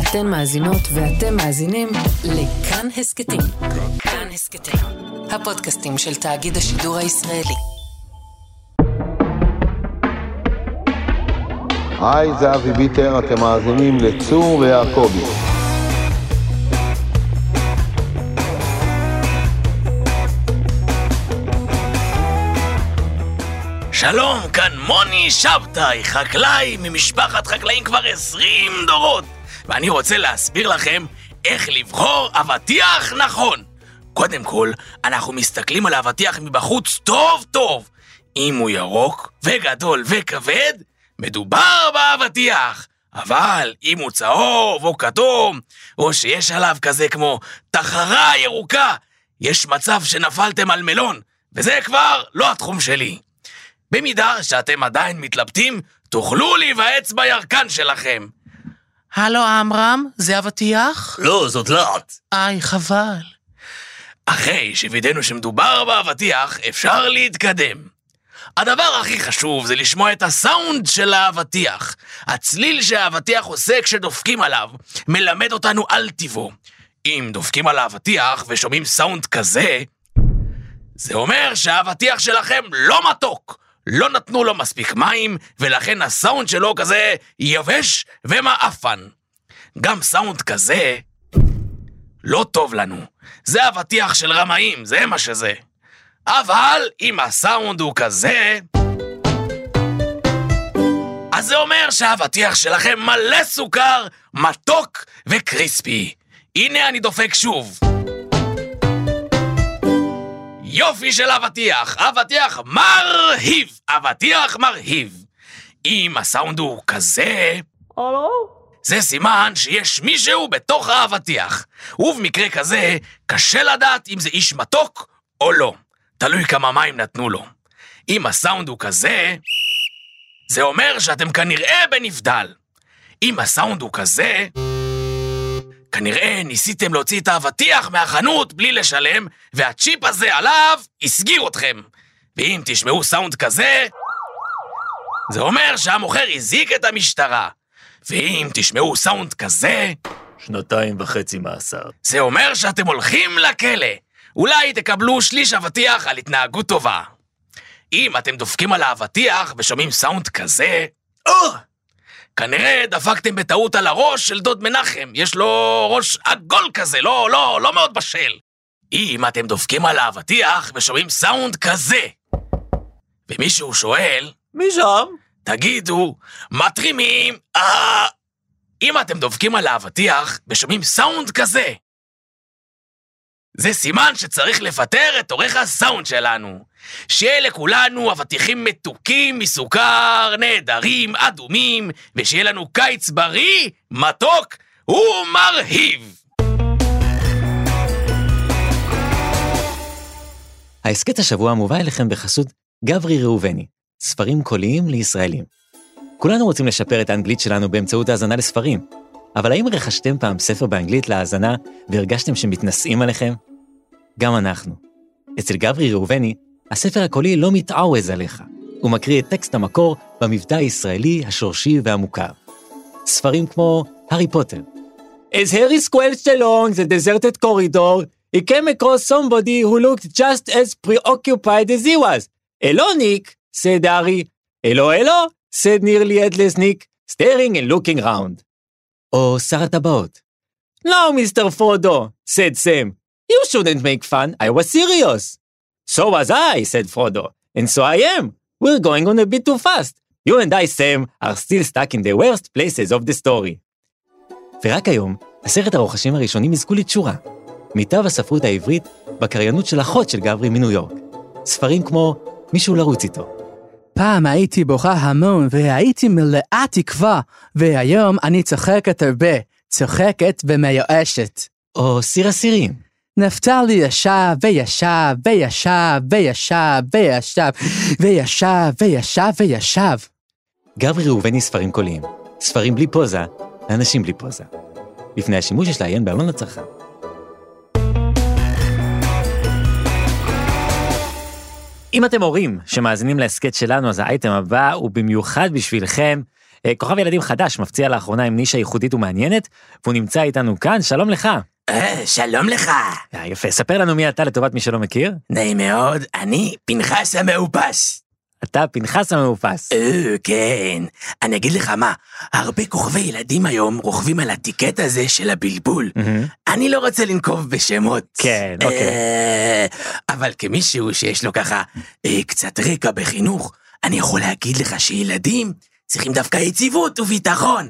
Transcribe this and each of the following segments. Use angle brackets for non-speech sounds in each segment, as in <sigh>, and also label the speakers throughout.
Speaker 1: אתן מאזינות ואתם מאזינים לכאן הסכתים. כאן הסכתים, הפודקאסטים של תאגיד השידור הישראלי.
Speaker 2: היי, זה אבי ביטר, אתם מאזינים לצור ויעקבי.
Speaker 3: שלום, כאן מוני שבתאי, חקלאי ממשפחת חקלאים כבר 20 דורות, ואני רוצה להסביר לכם איך לבחור אבטיח נכון. קודם כל, אנחנו מסתכלים על האבטיח מבחוץ טוב-טוב. אם הוא ירוק וגדול וכבד, מדובר באבטיח. אבל אם הוא צהוב או כתום, או שיש עליו כזה כמו תחרה ירוקה, יש מצב שנפלתם על מלון, וזה כבר לא התחום שלי. במידה שאתם עדיין מתלבטים, תוכלו להיוועץ בירקן שלכם.
Speaker 4: הלו עמרם, זה אבטיח?
Speaker 3: לא, זאת לא את.
Speaker 4: איי, חבל.
Speaker 3: אחרי שווידאנו שמדובר באבטיח, אפשר להתקדם. הדבר הכי חשוב זה לשמוע את הסאונד של האבטיח. הצליל שהאבטיח עושה כשדופקים עליו, מלמד אותנו על טיבו. אם דופקים על האבטיח ושומעים סאונד כזה, זה אומר שהאבטיח שלכם לא מתוק. לא נתנו לו מספיק מים, ולכן הסאונד שלו כזה יבש ומעפן. גם סאונד כזה לא טוב לנו. זה אבטיח של רמאים, זה מה שזה. אבל אם הסאונד הוא כזה... אז זה אומר שהאבטיח שלכם מלא סוכר, מתוק וקריספי. הנה אני דופק שוב. יופי של אבטיח, אבטיח מרהיב, אבטיח מרהיב. אם הסאונד הוא כזה... זה סימן שיש מישהו בתוך האבטיח, ובמקרה כזה, קשה לדעת אם זה איש מתוק או לא. תלוי כמה מים נתנו לו. אם הסאונד הוא כזה, זה אומר שאתם כנראה בנבדל. אם הסאונד הוא כזה, כנראה ניסיתם להוציא את האבטיח מהחנות בלי לשלם, והצ'יפ הזה עליו הסגיר אתכם. ואם תשמעו סאונד כזה, זה אומר שהמוכר הזיק את המשטרה. ואם תשמעו סאונד כזה,
Speaker 5: שנתיים וחצי מאסר.
Speaker 3: זה אומר שאתם הולכים לכלא. אולי תקבלו שליש אבטיח על התנהגות טובה. אם אתם דופקים על האבטיח ושומעים סאונד כזה, או! כנראה דפקתם בטעות על הראש של דוד מנחם, יש לו ראש עגול כזה, לא, לא, לא מאוד בשל. אם אתם דופקים על האבטיח ושומעים סאונד כזה, ומישהו שואל,
Speaker 5: מי שם?
Speaker 3: תגידו, מתרימים, אה... אם אתם דופקים על האבטיח ושומעים סאונד כזה. זה סימן שצריך לפטר את עורך הסאונד שלנו. שיהיה לכולנו אבטיחים מתוקים מסוכר, נהדרים, אדומים, ושיהיה לנו קיץ בריא, מתוק ומרהיב.
Speaker 6: ההסכת השבוע מובא אליכם בחסות גברי ראובני, ספרים קוליים לישראלים. כולנו רוצים לשפר את האנגלית שלנו באמצעות האזנה לספרים, אבל האם רכשתם פעם ספר באנגלית להאזנה והרגשתם שמתנשאים עליכם? גם אנחנו. אצל גברי ראובני, הספר הקולי לא מתעווז עליך, הוא מקריא את טקסט המקור במבטא הישראלי השורשי והמוכר. ספרים כמו הארי פוטר, As Harry squelched along the deserted corridor, he came across somebody who looked just as preoccupied as he was. Hello, Nick, said Harry. Hello, hello, said nearly headless Nick, staring and looking round. "Oh, או שר הטבעות. No, Mr. Frodo, said Sam. You shouldn't make fun, I was serious. So was I, said Frodo, and so I am. We're going on a bit too fast. You and I, Sam, are still stuck in the worst places of the story. ורק היום, עשרת הרוכשים הראשונים יזכו לתשורה. מיטב הספרות העברית בקריינות של אחות של גברי מניו יורק. ספרים כמו "מישהו לרוץ איתו",
Speaker 7: פעם הייתי בוכה המון והייתי מלאה תקווה, והיום אני צוחקת הרבה, צוחקת ומיואשת.
Speaker 6: או "סיר אסירים".
Speaker 7: נפתלי ישב וישב וישב וישב וישב וישב וישב וישב.
Speaker 6: גברי ראובני ספרים קוליים. ספרים בלי פוזה, לאנשים בלי פוזה. לפני השימוש יש לעיין בעלון לצרכן. אם אתם הורים שמאזינים להסכת שלנו, אז האייטם הבא הוא במיוחד בשבילכם. אה, כוכב ילדים חדש מפציע לאחרונה עם נישה ייחודית ומעניינת, והוא נמצא איתנו כאן, שלום לך.
Speaker 3: שלום לך,
Speaker 6: אה, יפה, ספר לנו מי אתה לטובת מי שלא מכיר.
Speaker 3: נעים מאוד, אני פנחס המאופס.
Speaker 6: אתה פנחס המאופס.
Speaker 3: אה, כן. אני אגיד לך מה, הרבה כוכבי ילדים היום רוכבים על הטיקט הזה של הבלבול.
Speaker 6: מהמם.
Speaker 3: אני לא רוצה לנקוב בשמות.
Speaker 6: כן, אוקיי.
Speaker 3: אה, אבל כמישהו שיש לו ככה אה, קצת רקע בחינוך, אני יכול להגיד לך שילדים צריכים דווקא יציבות וביטחון.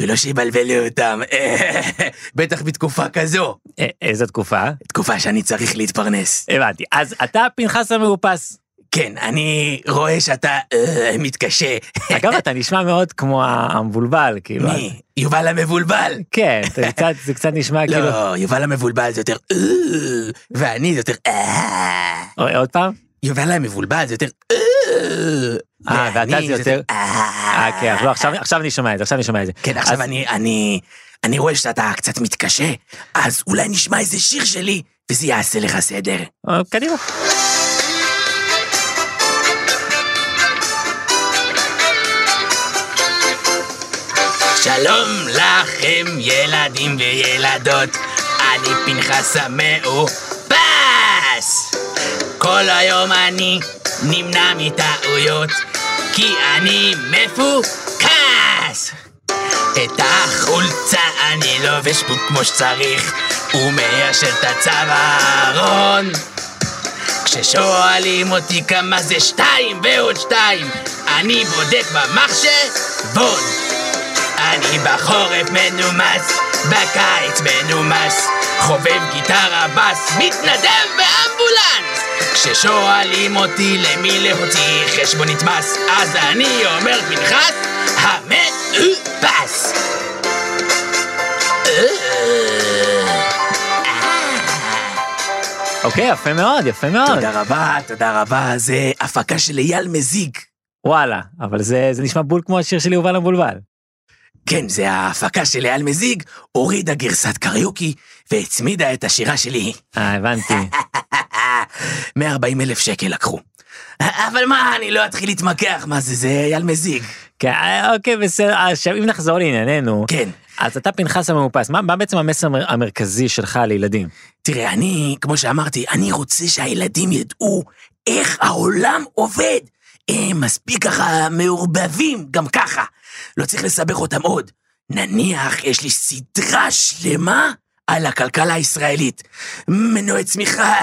Speaker 3: ולא שיבלבלו אותם, אה, בטח בתקופה כזו,
Speaker 6: אה, איזו תקופה?
Speaker 3: תקופה שאני צריך להתפרנס.
Speaker 6: הבנתי. אז אתה פנחס המאופס.
Speaker 3: כן, אני רואה שאתה אה, מתקשה.
Speaker 6: אגב, אתה נשמע מאוד כמו המבולבל, כאילו.
Speaker 3: מי? יובל המבולבל.
Speaker 6: כן, זה קצת, זה קצת נשמע כאילו...
Speaker 3: לא, יובל המבולבל זה יותר "אה", ואני זה יותר "אה".
Speaker 6: אוי, עוד פעם?
Speaker 3: יובל המבולבל זה יותר "אה",
Speaker 6: אה, ואתה
Speaker 3: ואני
Speaker 6: זה יותר-
Speaker 3: "אה".
Speaker 6: אה, כן, אז לא, עכשיו, עכשיו אני שומע את זה, עכשיו אני שומע את זה.
Speaker 3: כן, עכשיו
Speaker 6: אז-
Speaker 3: אני, אני, אני רואה שאתה קצת מתקשה, אז אולי נשמע איזה שיר שלי, וזה יעשה לך סדר.
Speaker 6: אה, קדימה.
Speaker 3: שלום לכם ילדים וילדות, אני פנחס המאופס! כל היום אני נמנע מטעויות, כי אני מפוקס! את החולצה אני לובש פה כמו שצריך, ומיישר את הצווארון. כששואלים אותי כמה זה שתיים ועוד שתיים, אני בודק במחשבון. אני בחורף מנומס, בקיץ מנומס, חובב גיטרה בס, מתנדב באמבולנס! כששואלים אותי למי להוציא חשבונית מס, אז אני אומר פנחס המאופס!
Speaker 6: אוקיי, יפה מאוד, יפה מאוד.
Speaker 3: רבה, תודה רבה, זה הפקה של אייל מזיג.
Speaker 6: וואלה, אבל זה, זה נשמע בול כמו השיר של יובל המבולבל.
Speaker 3: כן, זה ההפקה של אייל מזיג, הורידה גרסת קריוקי והצמידה את השירה שלי.
Speaker 6: אה,
Speaker 3: <laughs>
Speaker 6: הבנתי.
Speaker 3: 140 אלף שקל לקחו. אבל מה, אני לא אתחיל להתמקח מה זה, זה אייל מזיג.
Speaker 6: כן, אה, אוקיי, בסדר. אה, עכשיו, אם נחזור לענייננו,
Speaker 3: כן.
Speaker 6: אז אתה פנחס המאופס, מה, מה בעצם המסר המר- המרכזי שלך לילדים?
Speaker 3: תראה, אני, כמו שאמרתי, אני רוצה שהילדים ידעו איך העולם עובד. הם מספיק ככה מעורבבים, גם ככה. לא צריך לסבך אותם עוד. נניח יש לי סדרה שלמה על הכלכלה הישראלית. מנועי צמיחה,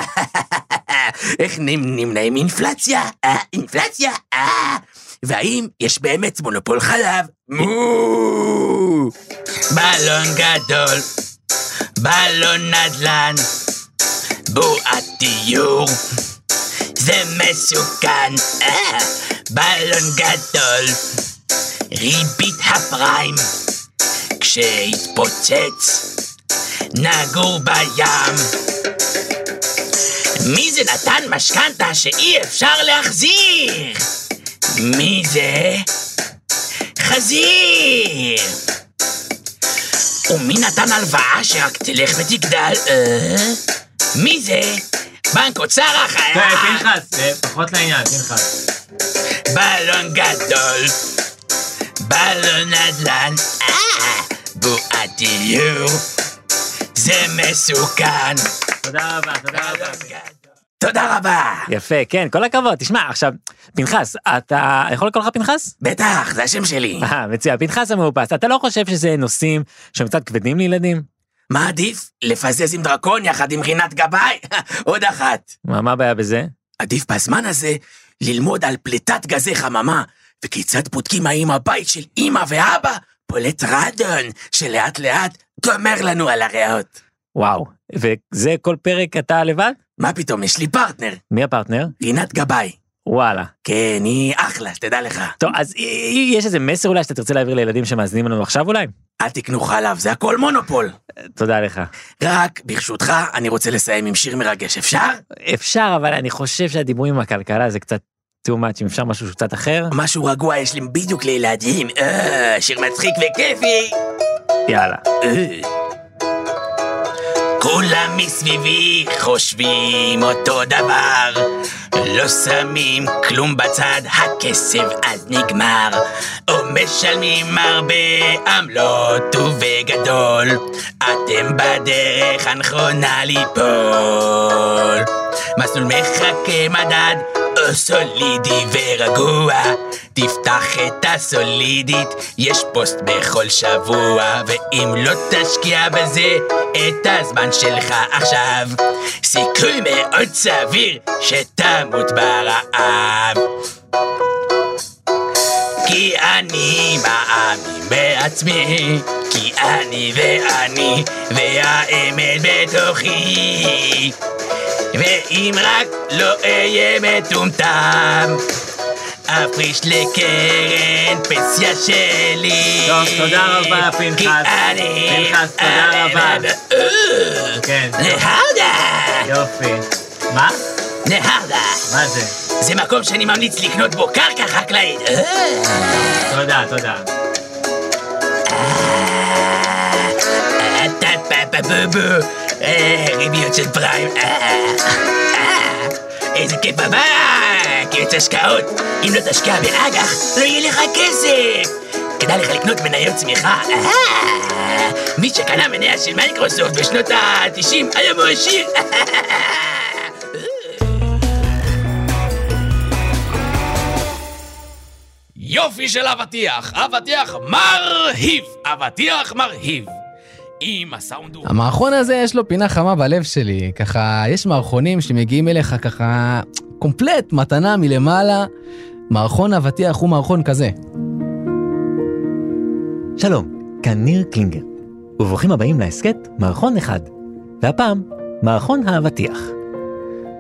Speaker 3: <laughs> איך נמ- נמנעים אינפלציה, אה, אינפלציה, אה. והאם יש באמת מונופול חלב? מו! בלון גדול, בלון נדל"ן, בועת דיור, זה מסוכן, אה, בלון גדול, ריבית הפריים, כשיתפוצץ, נגור בים. מי זה נתן משכנתה שאי אפשר להחזיר? מי זה? חזיר! ומי נתן הלוואה שרק תלך ותגדל? אה? מי זה? בנק אוצר החייל!
Speaker 5: פחות לעניין, פנחס.
Speaker 3: בלון גדול, בלון נדל"ן, אה, בועת דיור, זה מסוכן.
Speaker 6: תודה רבה, תודה רבה.
Speaker 3: תודה רבה.
Speaker 6: יפה, כן, כל הכבוד. תשמע, עכשיו, פנחס, אתה יכול לקרוא לך פנחס?
Speaker 3: בטח, זה השם שלי.
Speaker 6: אה, מצוין, פנחס המאופס, אתה לא חושב שזה נושאים שהם קצת כבדים לילדים?
Speaker 3: מה עדיף? לפזז עם דרקון יחד עם רינת גבאי? <laughs> עוד אחת.
Speaker 6: מה, מה הבעיה בזה?
Speaker 3: עדיף בזמן הזה ללמוד על פליטת גזי חממה, וכיצד בודקים האם הבית של אמא ואבא פולט רדון, שלאט לאט גומר לנו על הריאות.
Speaker 6: וואו, וזה כל פרק אתה לבד?
Speaker 3: מה פתאום, יש לי פרטנר,
Speaker 6: מי הפרטנר?
Speaker 3: רינת גבאי.
Speaker 6: וואלה.
Speaker 3: כן, היא אחלה, שתדע לך.
Speaker 6: טוב, אז אה, אה, יש איזה מסר אולי שאתה תרצה להעביר לילדים שמאזינים לנו עכשיו אולי?
Speaker 3: אל תקנו חלב, זה הכל מונופול.
Speaker 6: תודה לך.
Speaker 3: רק, ברשותך, אני רוצה לסיים עם שיר מרגש, אפשר?
Speaker 6: אפשר, אבל אני חושב שהדיבורים עם הכלכלה זה קצת too much, אם אפשר משהו שהוא קצת אחר.
Speaker 3: משהו רגוע יש לי בדיוק לילדים. אה, שיר מצחיק וכיפי.
Speaker 6: יאללה.
Speaker 3: אה. כולם מסביבי חושבים אותו דבר, לא שמים כלום בצד, הכסף אז נגמר, או משלמים הרבה עמלות ובגדול, אתם בדרך הנכונה ליפול. מסלול מחכה מדד, או סולידי ורגוע, תפתח את הסולידית, יש פוסט בכל שבוע, ואם לא תשקיע בזה את הזמן שלך עכשיו, סיכוי מאוד סביר שתמות ברעב. כי אני מאמין בעצמי, כי אני ואני, והאמת בתוכי. ואם רק לא אהיה מטומטם, אפריש לקרן פנסיה שלי.
Speaker 8: טוב, תודה רבה, פנחס.
Speaker 3: כי אני... אה,
Speaker 8: פנחס, תודה רבה. כן,
Speaker 3: נהרדה!
Speaker 8: יופי. מה?
Speaker 3: נהרדה!
Speaker 8: מה זה?
Speaker 3: זה מקום שאני ממליץ לקנות בו קרקע חקלאית. אה.
Speaker 8: תודה, תודה.
Speaker 3: טה-פה-פה-בו-בו, אה, ריביות של פריים, אה, אה, איזה כיף בבנק, יועץ השקעות, אם לא תשקיע באג"ח, לא יהיה לך כסף. כדאי לך לקנות מניות צמיחה. אה, מי שקנה מניה של מייקרוסופט בשנות ה-90, היום הוא עשיר. יופי של אבטיח, אבטיח מרהיב, אבטיח מרהיב. אם הסאונד הוא...
Speaker 7: המערכון הזה יש לו פינה חמה בלב שלי, ככה, יש מערכונים שמגיעים אליך ככה, קומפלט, מתנה מלמעלה. מערכון אבטיח הוא מערכון כזה.
Speaker 6: שלום, כאן ניר קלינגר, וברוכים הבאים להסכת מערכון אחד, והפעם, מערכון האבטיח.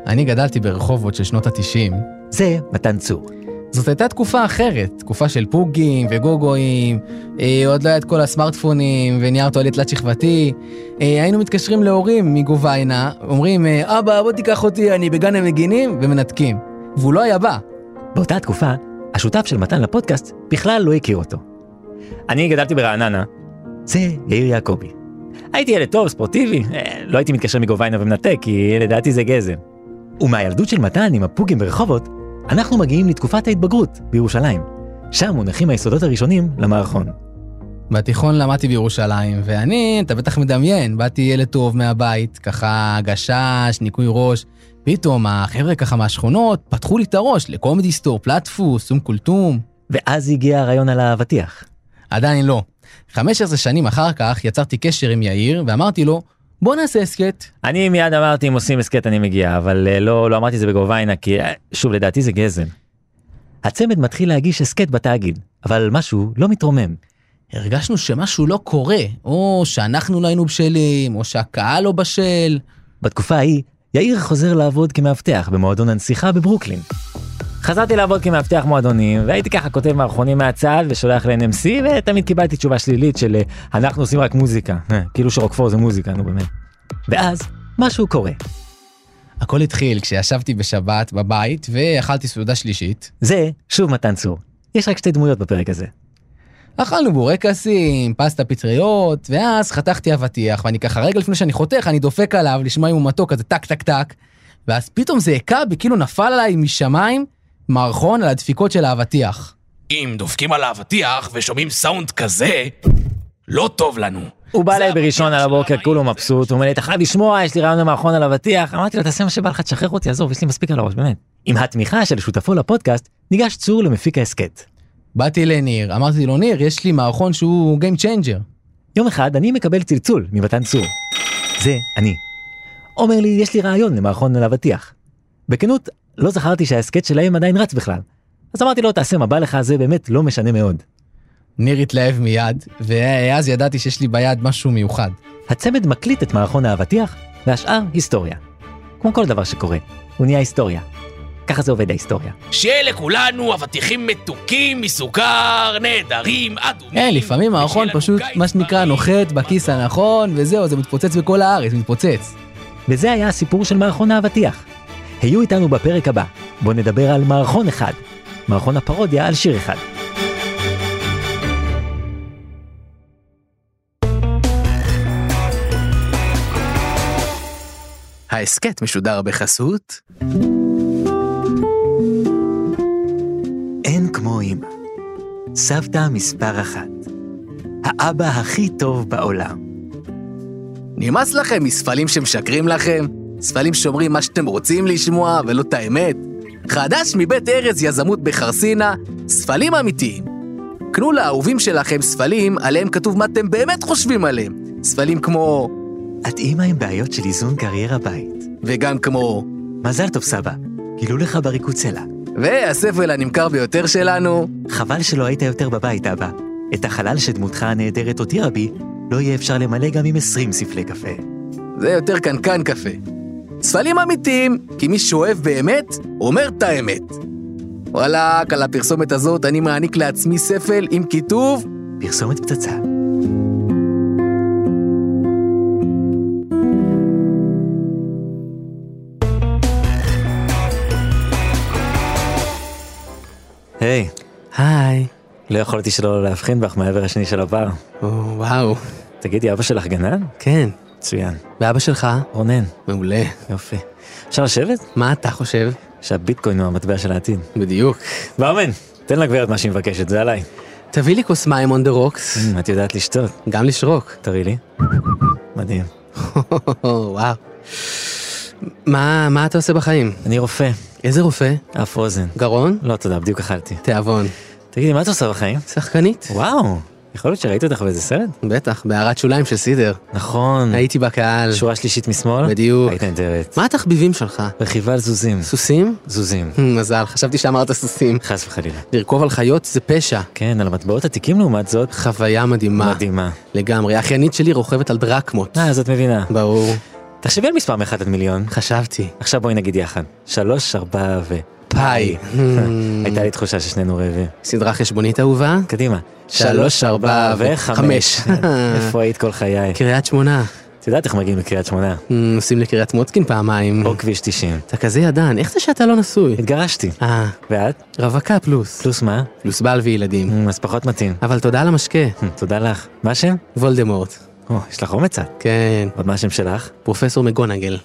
Speaker 7: אני גדלתי ברחובות של שנות התשעים.
Speaker 6: זה מתן צור.
Speaker 7: זאת הייתה תקופה אחרת, תקופה של פוגים וגוגואים, אה, עוד לא היה את כל הסמארטפונים ונייר טואלט תלת שכבתי. אה, היינו מתקשרים להורים מגוביינה, אומרים, אה, אבא, בוא תיקח אותי, אני בגן המגינים, ומנתקים. והוא לא היה בא.
Speaker 6: באותה התקופה, השותף של מתן לפודקאסט בכלל לא הכיר אותו. אני גדלתי ברעננה, זה יאיר יעקבי. הייתי ילד טוב, ספורטיבי, אה, לא הייתי מתקשר מגוביינה ומנתק, כי לדעתי זה גזם. ומהילדות של מתן עם הפוגים ברחובות, אנחנו מגיעים לתקופת ההתבגרות בירושלים. שם מונחים היסודות הראשונים למערכון.
Speaker 7: בתיכון למדתי בירושלים, ואני, אתה בטח מדמיין, באתי ילד טוב מהבית, ככה גשש, ניקוי ראש. פתאום החבר'ה ככה מהשכונות פתחו לי את הראש לקומדי סטור, פלטפוס, סום כולתום.
Speaker 6: ואז הגיע הרעיון על האבטיח.
Speaker 7: עדיין לא. 15 שנים אחר כך יצרתי קשר עם יאיר ואמרתי לו, בוא נעשה הסכת.
Speaker 6: אני מיד אמרתי אם עושים הסכת אני מגיע אבל אה, לא לא אמרתי את זה בגוביינה כי אה, שוב לדעתי זה גזם. הצמד מתחיל להגיש הסכת בתאגיד אבל משהו לא מתרומם.
Speaker 7: הרגשנו שמשהו לא קורה, או שאנחנו לא היינו בשלים, או שהקהל לא בשל.
Speaker 6: בתקופה ההיא יאיר חוזר לעבוד כמאבטח במועדון הנסיכה בברוקלין. חזרתי לעבוד כמאבטח מועדונים והייתי ככה כותב מערכונים מהצד ושולח ל-NMC ותמיד קיבלתי תשובה שלילית של אה, אנחנו עושים רק מוזיקה אה, כאילו שרוקפור זה מוזיקה נו באמת. ואז משהו קורה
Speaker 7: הכל התחיל כשישבתי בשבת בבית ואכלתי סעודה שלישית.
Speaker 6: זה שוב מתן צור יש רק שתי דמויות בפרק הזה
Speaker 7: אכלנו בורקסים, פסטה פטריות, ואז חתכתי אבטיח, ואני ככה רגע לפני שאני חותך, אני דופק עליו, לשמוע אם הוא מתוק, כזה טק טק טק, ואז פתאום זה הכה בי, כאילו נפל עליי משמיים מערכון על הדפיקות של האבטיח.
Speaker 3: אם דופקים על האבטיח ושומעים סאונד כזה, לא טוב לנו.
Speaker 6: הוא בא
Speaker 3: זה
Speaker 6: אליי
Speaker 3: הבוקר
Speaker 6: בראשון על
Speaker 3: של
Speaker 6: הבוקר,
Speaker 3: הרעים.
Speaker 6: כולו מבסוט, הוא אומר לי, אתה חייב לשמוע, יש לי רעיון למערכון על אבטיח. אמרתי לו, תעשה מה שבא לך, תשחרר אותי, עזוב, יש לי מספיק על הראש, באמת. עם התמיכה של שותפו לפודקאסט, ניגש צור למפיק ההסכת.
Speaker 7: באתי לניר, אמרתי לו, ניר, יש לי מערכון שהוא Game Changer.
Speaker 6: יום אחד אני מקבל צלצול ממתן צור. זה אני. אומר לי, יש לי רעיון למערכון על אבטיח. בכנות, לא זכרתי שההסכת שלהם עדיין רץ בכלל. אז אמרתי לו, תעשה מה בא לך, זה באמת לא משנה מאוד.
Speaker 7: ניר התלהב מיד, ואז ידעתי שיש לי ביד משהו מיוחד.
Speaker 6: הצמד מקליט את מערכון האבטיח, והשאר היסטוריה. כמו כל דבר שקורה, הוא נהיה היסטוריה. ככה זה עובד ההיסטוריה.
Speaker 3: שיהיה לכולנו אבטיחים מתוקים מסוכר, נהדרים, אדומים.
Speaker 7: אה, לפעמים מערכון
Speaker 3: ושיהיה לנו
Speaker 7: פשוט,
Speaker 3: קיץ
Speaker 7: מה שנקרא,
Speaker 3: בריא.
Speaker 7: נוחת בכיס הנכון, וזהו, זה מתפוצץ בכל הארץ, מתפוצץ.
Speaker 6: וזה היה הסיפור של מערכון האבטיח. היו איתנו בפרק הבא, בו נדבר על מערכון אחד, מערכון הפרודיה על שיר אחד.
Speaker 7: ההסכת משודר בחסות
Speaker 6: סבתא מספר אחת, האבא הכי טוב בעולם.
Speaker 7: נמאס לכם מספלים שמשקרים לכם? ספלים שאומרים מה שאתם רוצים לשמוע ולא את האמת? חדש מבית ארז יזמות בחרסינה, ספלים אמיתיים. קנו לאהובים שלכם ספלים עליהם כתוב מה אתם באמת חושבים עליהם. ספלים כמו...
Speaker 6: את אימא עם בעיות של איזון קריירה בית.
Speaker 7: וגם כמו...
Speaker 6: מזל טוב, סבא, גילו לך בריקוד סלע.
Speaker 7: והספל הנמכר ביותר שלנו,
Speaker 6: חבל שלא היית יותר בבית, אבא. את החלל שדמותך הנהדרת הותירה בי, לא יהיה אפשר למלא גם עם 20 ספלי קפה.
Speaker 7: זה יותר קנקן קפה. ספלים אמיתיים, כי מי שאוהב באמת, אומר את האמת. וואלאק, על הפרסומת הזאת אני מעניק לעצמי ספל עם כיתוב
Speaker 6: פרסומת פצצה. היי,
Speaker 7: היי.
Speaker 6: לא יכולתי שלא להבחין בך מהעבר השני של הבר.
Speaker 7: וואו,
Speaker 6: תגידי, אבא שלך גנן?
Speaker 7: כן.
Speaker 6: מצוין.
Speaker 7: ואבא שלך?
Speaker 6: רונן,
Speaker 7: מעולה.
Speaker 6: יופי. אפשר לשבת?
Speaker 7: מה אתה חושב?
Speaker 6: שהביטקוין הוא המטבע של העתיד.
Speaker 7: בדיוק.
Speaker 6: ברמן, תן לגברת מה שהיא מבקשת, זה עליי. <clears throat>
Speaker 7: תביא לי כוס מים און דה רוקס,
Speaker 6: אמ, את יודעת לשתות,
Speaker 7: גם לשרוק.
Speaker 6: תראי לי. מדהים.
Speaker 7: <laughs> וואו. מה, מה אתה עושה בחיים?
Speaker 6: אני רופא,
Speaker 7: איזה רופא?
Speaker 6: אף אוזן.
Speaker 7: גרון?
Speaker 6: לא, תודה, בדיוק אכלתי.
Speaker 7: תיאבון.
Speaker 6: תגידי, מה את עושה בחיים?
Speaker 7: שחקנית?
Speaker 6: וואו, יכול להיות שראית אותך באיזה סרט?
Speaker 7: בטח, בהערת שוליים של סידר.
Speaker 6: נכון.
Speaker 7: הייתי בקהל.
Speaker 6: שורה שלישית משמאל?
Speaker 7: בדיוק.
Speaker 6: היית נהדרת.
Speaker 7: מה התחביבים שלך?
Speaker 6: רכיבה על זוזים.
Speaker 7: סוסים? <laughs>
Speaker 6: זוזים.
Speaker 7: מזל, חשבתי שאמרת סוסים.
Speaker 6: חס וחלילה.
Speaker 7: לרכוב על חיות זה פשע.
Speaker 6: כן, על המטבעות עתיקים לעומת זאת,
Speaker 7: חוויה מדהימה.
Speaker 6: מדהימה.
Speaker 7: לגמרי. האחיינית שלי רוכבת על דרקמות.
Speaker 6: אה, אז את מבינה.
Speaker 7: ברור.
Speaker 6: תחשבי על מספר מאחד עד מיליון.
Speaker 7: חשבתי.
Speaker 6: עכשיו בואי נגיד יחד. שלוש, ארבע ו... <laughs>
Speaker 7: פאי. Mm. Hmm.
Speaker 6: הייתה לי תחושה ששנינו רעבים.
Speaker 7: סדרה חשבונית אהובה?
Speaker 6: קדימה.
Speaker 7: שלוש, ארבע <laughs> וחמש.
Speaker 6: איפה היית כל חיי?
Speaker 7: קריית שמונה.
Speaker 6: את יודעת איך מגיעים לקריית שמונה?
Speaker 7: אמ, נוסעים לקריית מוצקין פעמיים.
Speaker 6: או כביש 90.
Speaker 7: אתה כזה ידען, איך זה שאתה לא
Speaker 6: <laughs>
Speaker 7: נשוי?
Speaker 6: התגרשתי.
Speaker 7: אה,
Speaker 6: ואת?
Speaker 7: רווקה פלוס.
Speaker 6: פלוס מה?
Speaker 7: פלוס בעל וילדים.
Speaker 6: אמ, אז פחות מתאים.
Speaker 7: אבל תודה על המשקה.
Speaker 6: אמ, תודה לך. מה השם?
Speaker 7: וולדמורט.
Speaker 6: או, יש לך אומץ את.
Speaker 7: כן,
Speaker 6: עוד מה השם שלך?
Speaker 7: פרופסור מגונגל.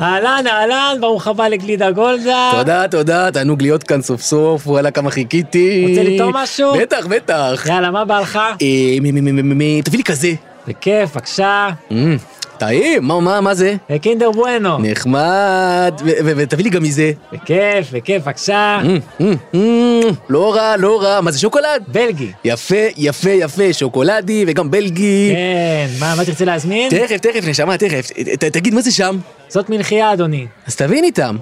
Speaker 6: אהלן, אהלן, ברוך הבא לגלידה גולדה.
Speaker 7: תודה, תודה, תענוג להיות כאן סוף סוף, וואלה כמה חיכיתי.
Speaker 6: רוצה לטעום משהו?
Speaker 7: בטח, בטח.
Speaker 6: יאללה, מה בא לך?
Speaker 7: אה, מי, מי, מי, מי, מי, מי, תביא לי כזה.
Speaker 6: בכיף, בבקשה.
Speaker 7: אמ, טעים, מה, מה, מה זה?
Speaker 6: קינדר בואנו.
Speaker 7: נחמד, ו- ו- ותביא לי גם מזה.
Speaker 6: בכיף, בכיף, בבקשה.
Speaker 7: אמ, אמ, אמ, לא רע, לא רע, מה זה שוקולד?
Speaker 6: בלגי.
Speaker 7: יפה, יפה, יפה, שוקולדי וגם בלגי.
Speaker 6: כן, מה, מה תרצה להזמין?
Speaker 7: תכף, תכף, נשמה, תכף. ת- תגיד, מה זה שם?
Speaker 6: זאת מלחייה, אדוני.
Speaker 7: אז תבין איתם.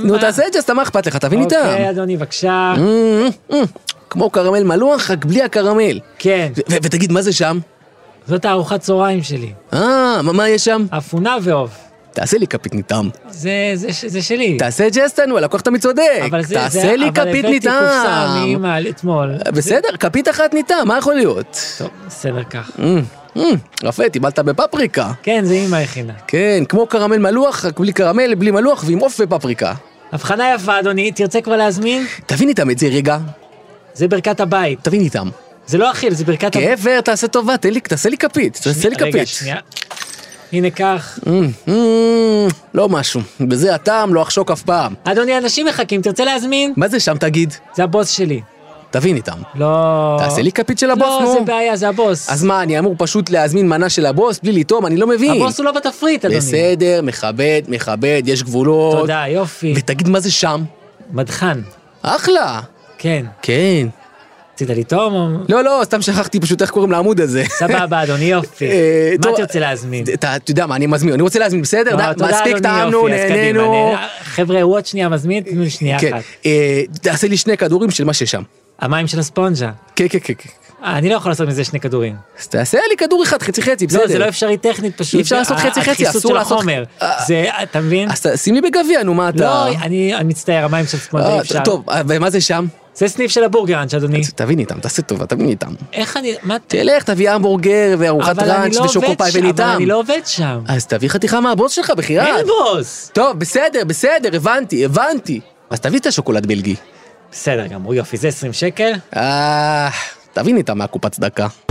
Speaker 7: נו,
Speaker 6: אה.
Speaker 7: תעשה את זה, אז אתה, מה אכפת לך? תבין איתם.
Speaker 6: אוקיי, אדוני, בבקשה.
Speaker 7: אמ, אמ, כמו קרמל מלוח, רק בלי הקרמל.
Speaker 6: כן,
Speaker 7: ו- ו- ותגיד, מה זה שם?
Speaker 6: זאת הארוחת צהריים שלי.
Speaker 7: אה, מה, מה יש שם?
Speaker 6: אפונה ועוף.
Speaker 7: תעשה לי כפית ניתם.
Speaker 6: זה, זה, ש- זה שלי.
Speaker 7: תעשה ג'ס לנו, הלקוח תמיד צודק.
Speaker 6: אבל זה,
Speaker 7: תעשה
Speaker 6: זה,
Speaker 7: לי
Speaker 6: אבל
Speaker 7: כפית
Speaker 6: הבאתי קופסה
Speaker 7: ניתם.
Speaker 6: מאמא אתמול.
Speaker 7: בסדר, כפית אחת ניתם, מה יכול להיות?
Speaker 6: טוב, בסדר כך.
Speaker 7: אמ, אמ, יפה, טיבלת בפפריקה.
Speaker 6: כן, זה אמא הכינה.
Speaker 7: כן, כמו קרמל מלוח, רק בלי קרמל, בלי מלוח ועם עוף ופפריקה.
Speaker 6: הבחנה יפה, אדוני, תרצה כבר להזמין?
Speaker 7: תבין איתם את זה רגע,
Speaker 6: זה ברכת הבית.
Speaker 7: תבין איתם.
Speaker 6: זה לא אכיל, זה ברכת הבית.
Speaker 7: גבר, תעשה טובה, תן לי- תעשה לי כפית, תעשה לי
Speaker 6: רגע,
Speaker 7: כפית.
Speaker 6: שנייה. הנה כך.
Speaker 7: אמ, אמ, לא משהו, בזה הטעם לא אחשוק אף פעם.
Speaker 6: אדוני, אנשים מחכים, תרצה להזמין?
Speaker 7: מה זה שם תגיד?
Speaker 6: זה הבוס שלי.
Speaker 7: תבין איתם.
Speaker 6: לא...
Speaker 7: תעשה לי כפית של הבוס,
Speaker 6: לא,
Speaker 7: נו.
Speaker 6: זה בעיה, זה הבוס.
Speaker 7: אז מה, אני אמור פשוט להזמין מנה של הבוס בלי לטעום? אני לא מבין.
Speaker 6: הבוס הוא לא בתפריט, אדוני.
Speaker 7: בסדר, מכבד, מכבד, יש גבולות.
Speaker 6: תודה, יופי.
Speaker 7: ותגיד מה זה שם?
Speaker 6: מדחן.
Speaker 7: אחלה.
Speaker 6: כן.
Speaker 7: כן.
Speaker 6: רצית לטעום? או-
Speaker 7: לא, לא, סתם שכחתי פשוט איך קוראים
Speaker 6: <laughs>
Speaker 7: לעמוד הזה.
Speaker 6: סבבה, אדוני, יופי.
Speaker 7: אה,
Speaker 6: מה
Speaker 7: טוב,
Speaker 6: תרצה להזמין?
Speaker 7: אתה אתה יודע מה, אני מזמין, אני רוצה להזמין, בסדר?
Speaker 6: אה,
Speaker 7: די,
Speaker 6: תודה,
Speaker 7: מספיק
Speaker 6: אדוני,
Speaker 7: טעמנו,
Speaker 6: יופי, אז קדימה,
Speaker 7: נהנינו.
Speaker 6: נה- חבר'ה, הוא עוד שנייה מזמין, תנו לי שנייה
Speaker 7: כן,
Speaker 6: אחת.
Speaker 7: אה, תעשה לי שני כדורים של מה ששם.
Speaker 6: המים של הספונג'ה.
Speaker 7: כן, כן, כן. כן.
Speaker 6: אה, אני לא יכול לעשות מזה שני כדורים.
Speaker 7: אז תעשה לי כדור אחד, חצי חצי, בסדר.
Speaker 6: לא, זה לא אפשרי טכנית פשוט.
Speaker 7: אי אפשר לעשות
Speaker 6: ה-
Speaker 7: חצי-חצי,
Speaker 6: הדחיסות
Speaker 7: אסור
Speaker 6: של
Speaker 7: לעשות-
Speaker 6: החומר.
Speaker 7: אה,
Speaker 6: זה, אתה מבין?
Speaker 7: אז ת- שים לי בגביע, נו, מה אתה...
Speaker 6: לא, אני אני מצטער, המים של ספונג'ה אי
Speaker 7: אה,
Speaker 6: אפשר.
Speaker 7: טוב, אה, ומה זה שם?
Speaker 6: זה סניף של הבורגראנץ', אדוני.
Speaker 7: תבין איתם, תעשה טובה, תבין איתם.
Speaker 6: איך אני... מה...
Speaker 7: תלך, תביא המבורגר וארוחת
Speaker 6: אבל אני
Speaker 7: ראנץ'
Speaker 6: לא עובד
Speaker 7: ושוקופאי
Speaker 6: שם, אבל
Speaker 7: וניתם.
Speaker 6: אני לא עובד שם.
Speaker 7: אז תביא חתיכה מהבוס שלך, בחייאת.
Speaker 6: אין בוס!
Speaker 7: טוב, בסדר, בסדר, הבנתי, הבנתי. אז תביא את השוקולד בלגי.
Speaker 6: בסדר גמור, יופי, זה 20 שקל.
Speaker 7: אה... תבין איתם מהקופת צדקה.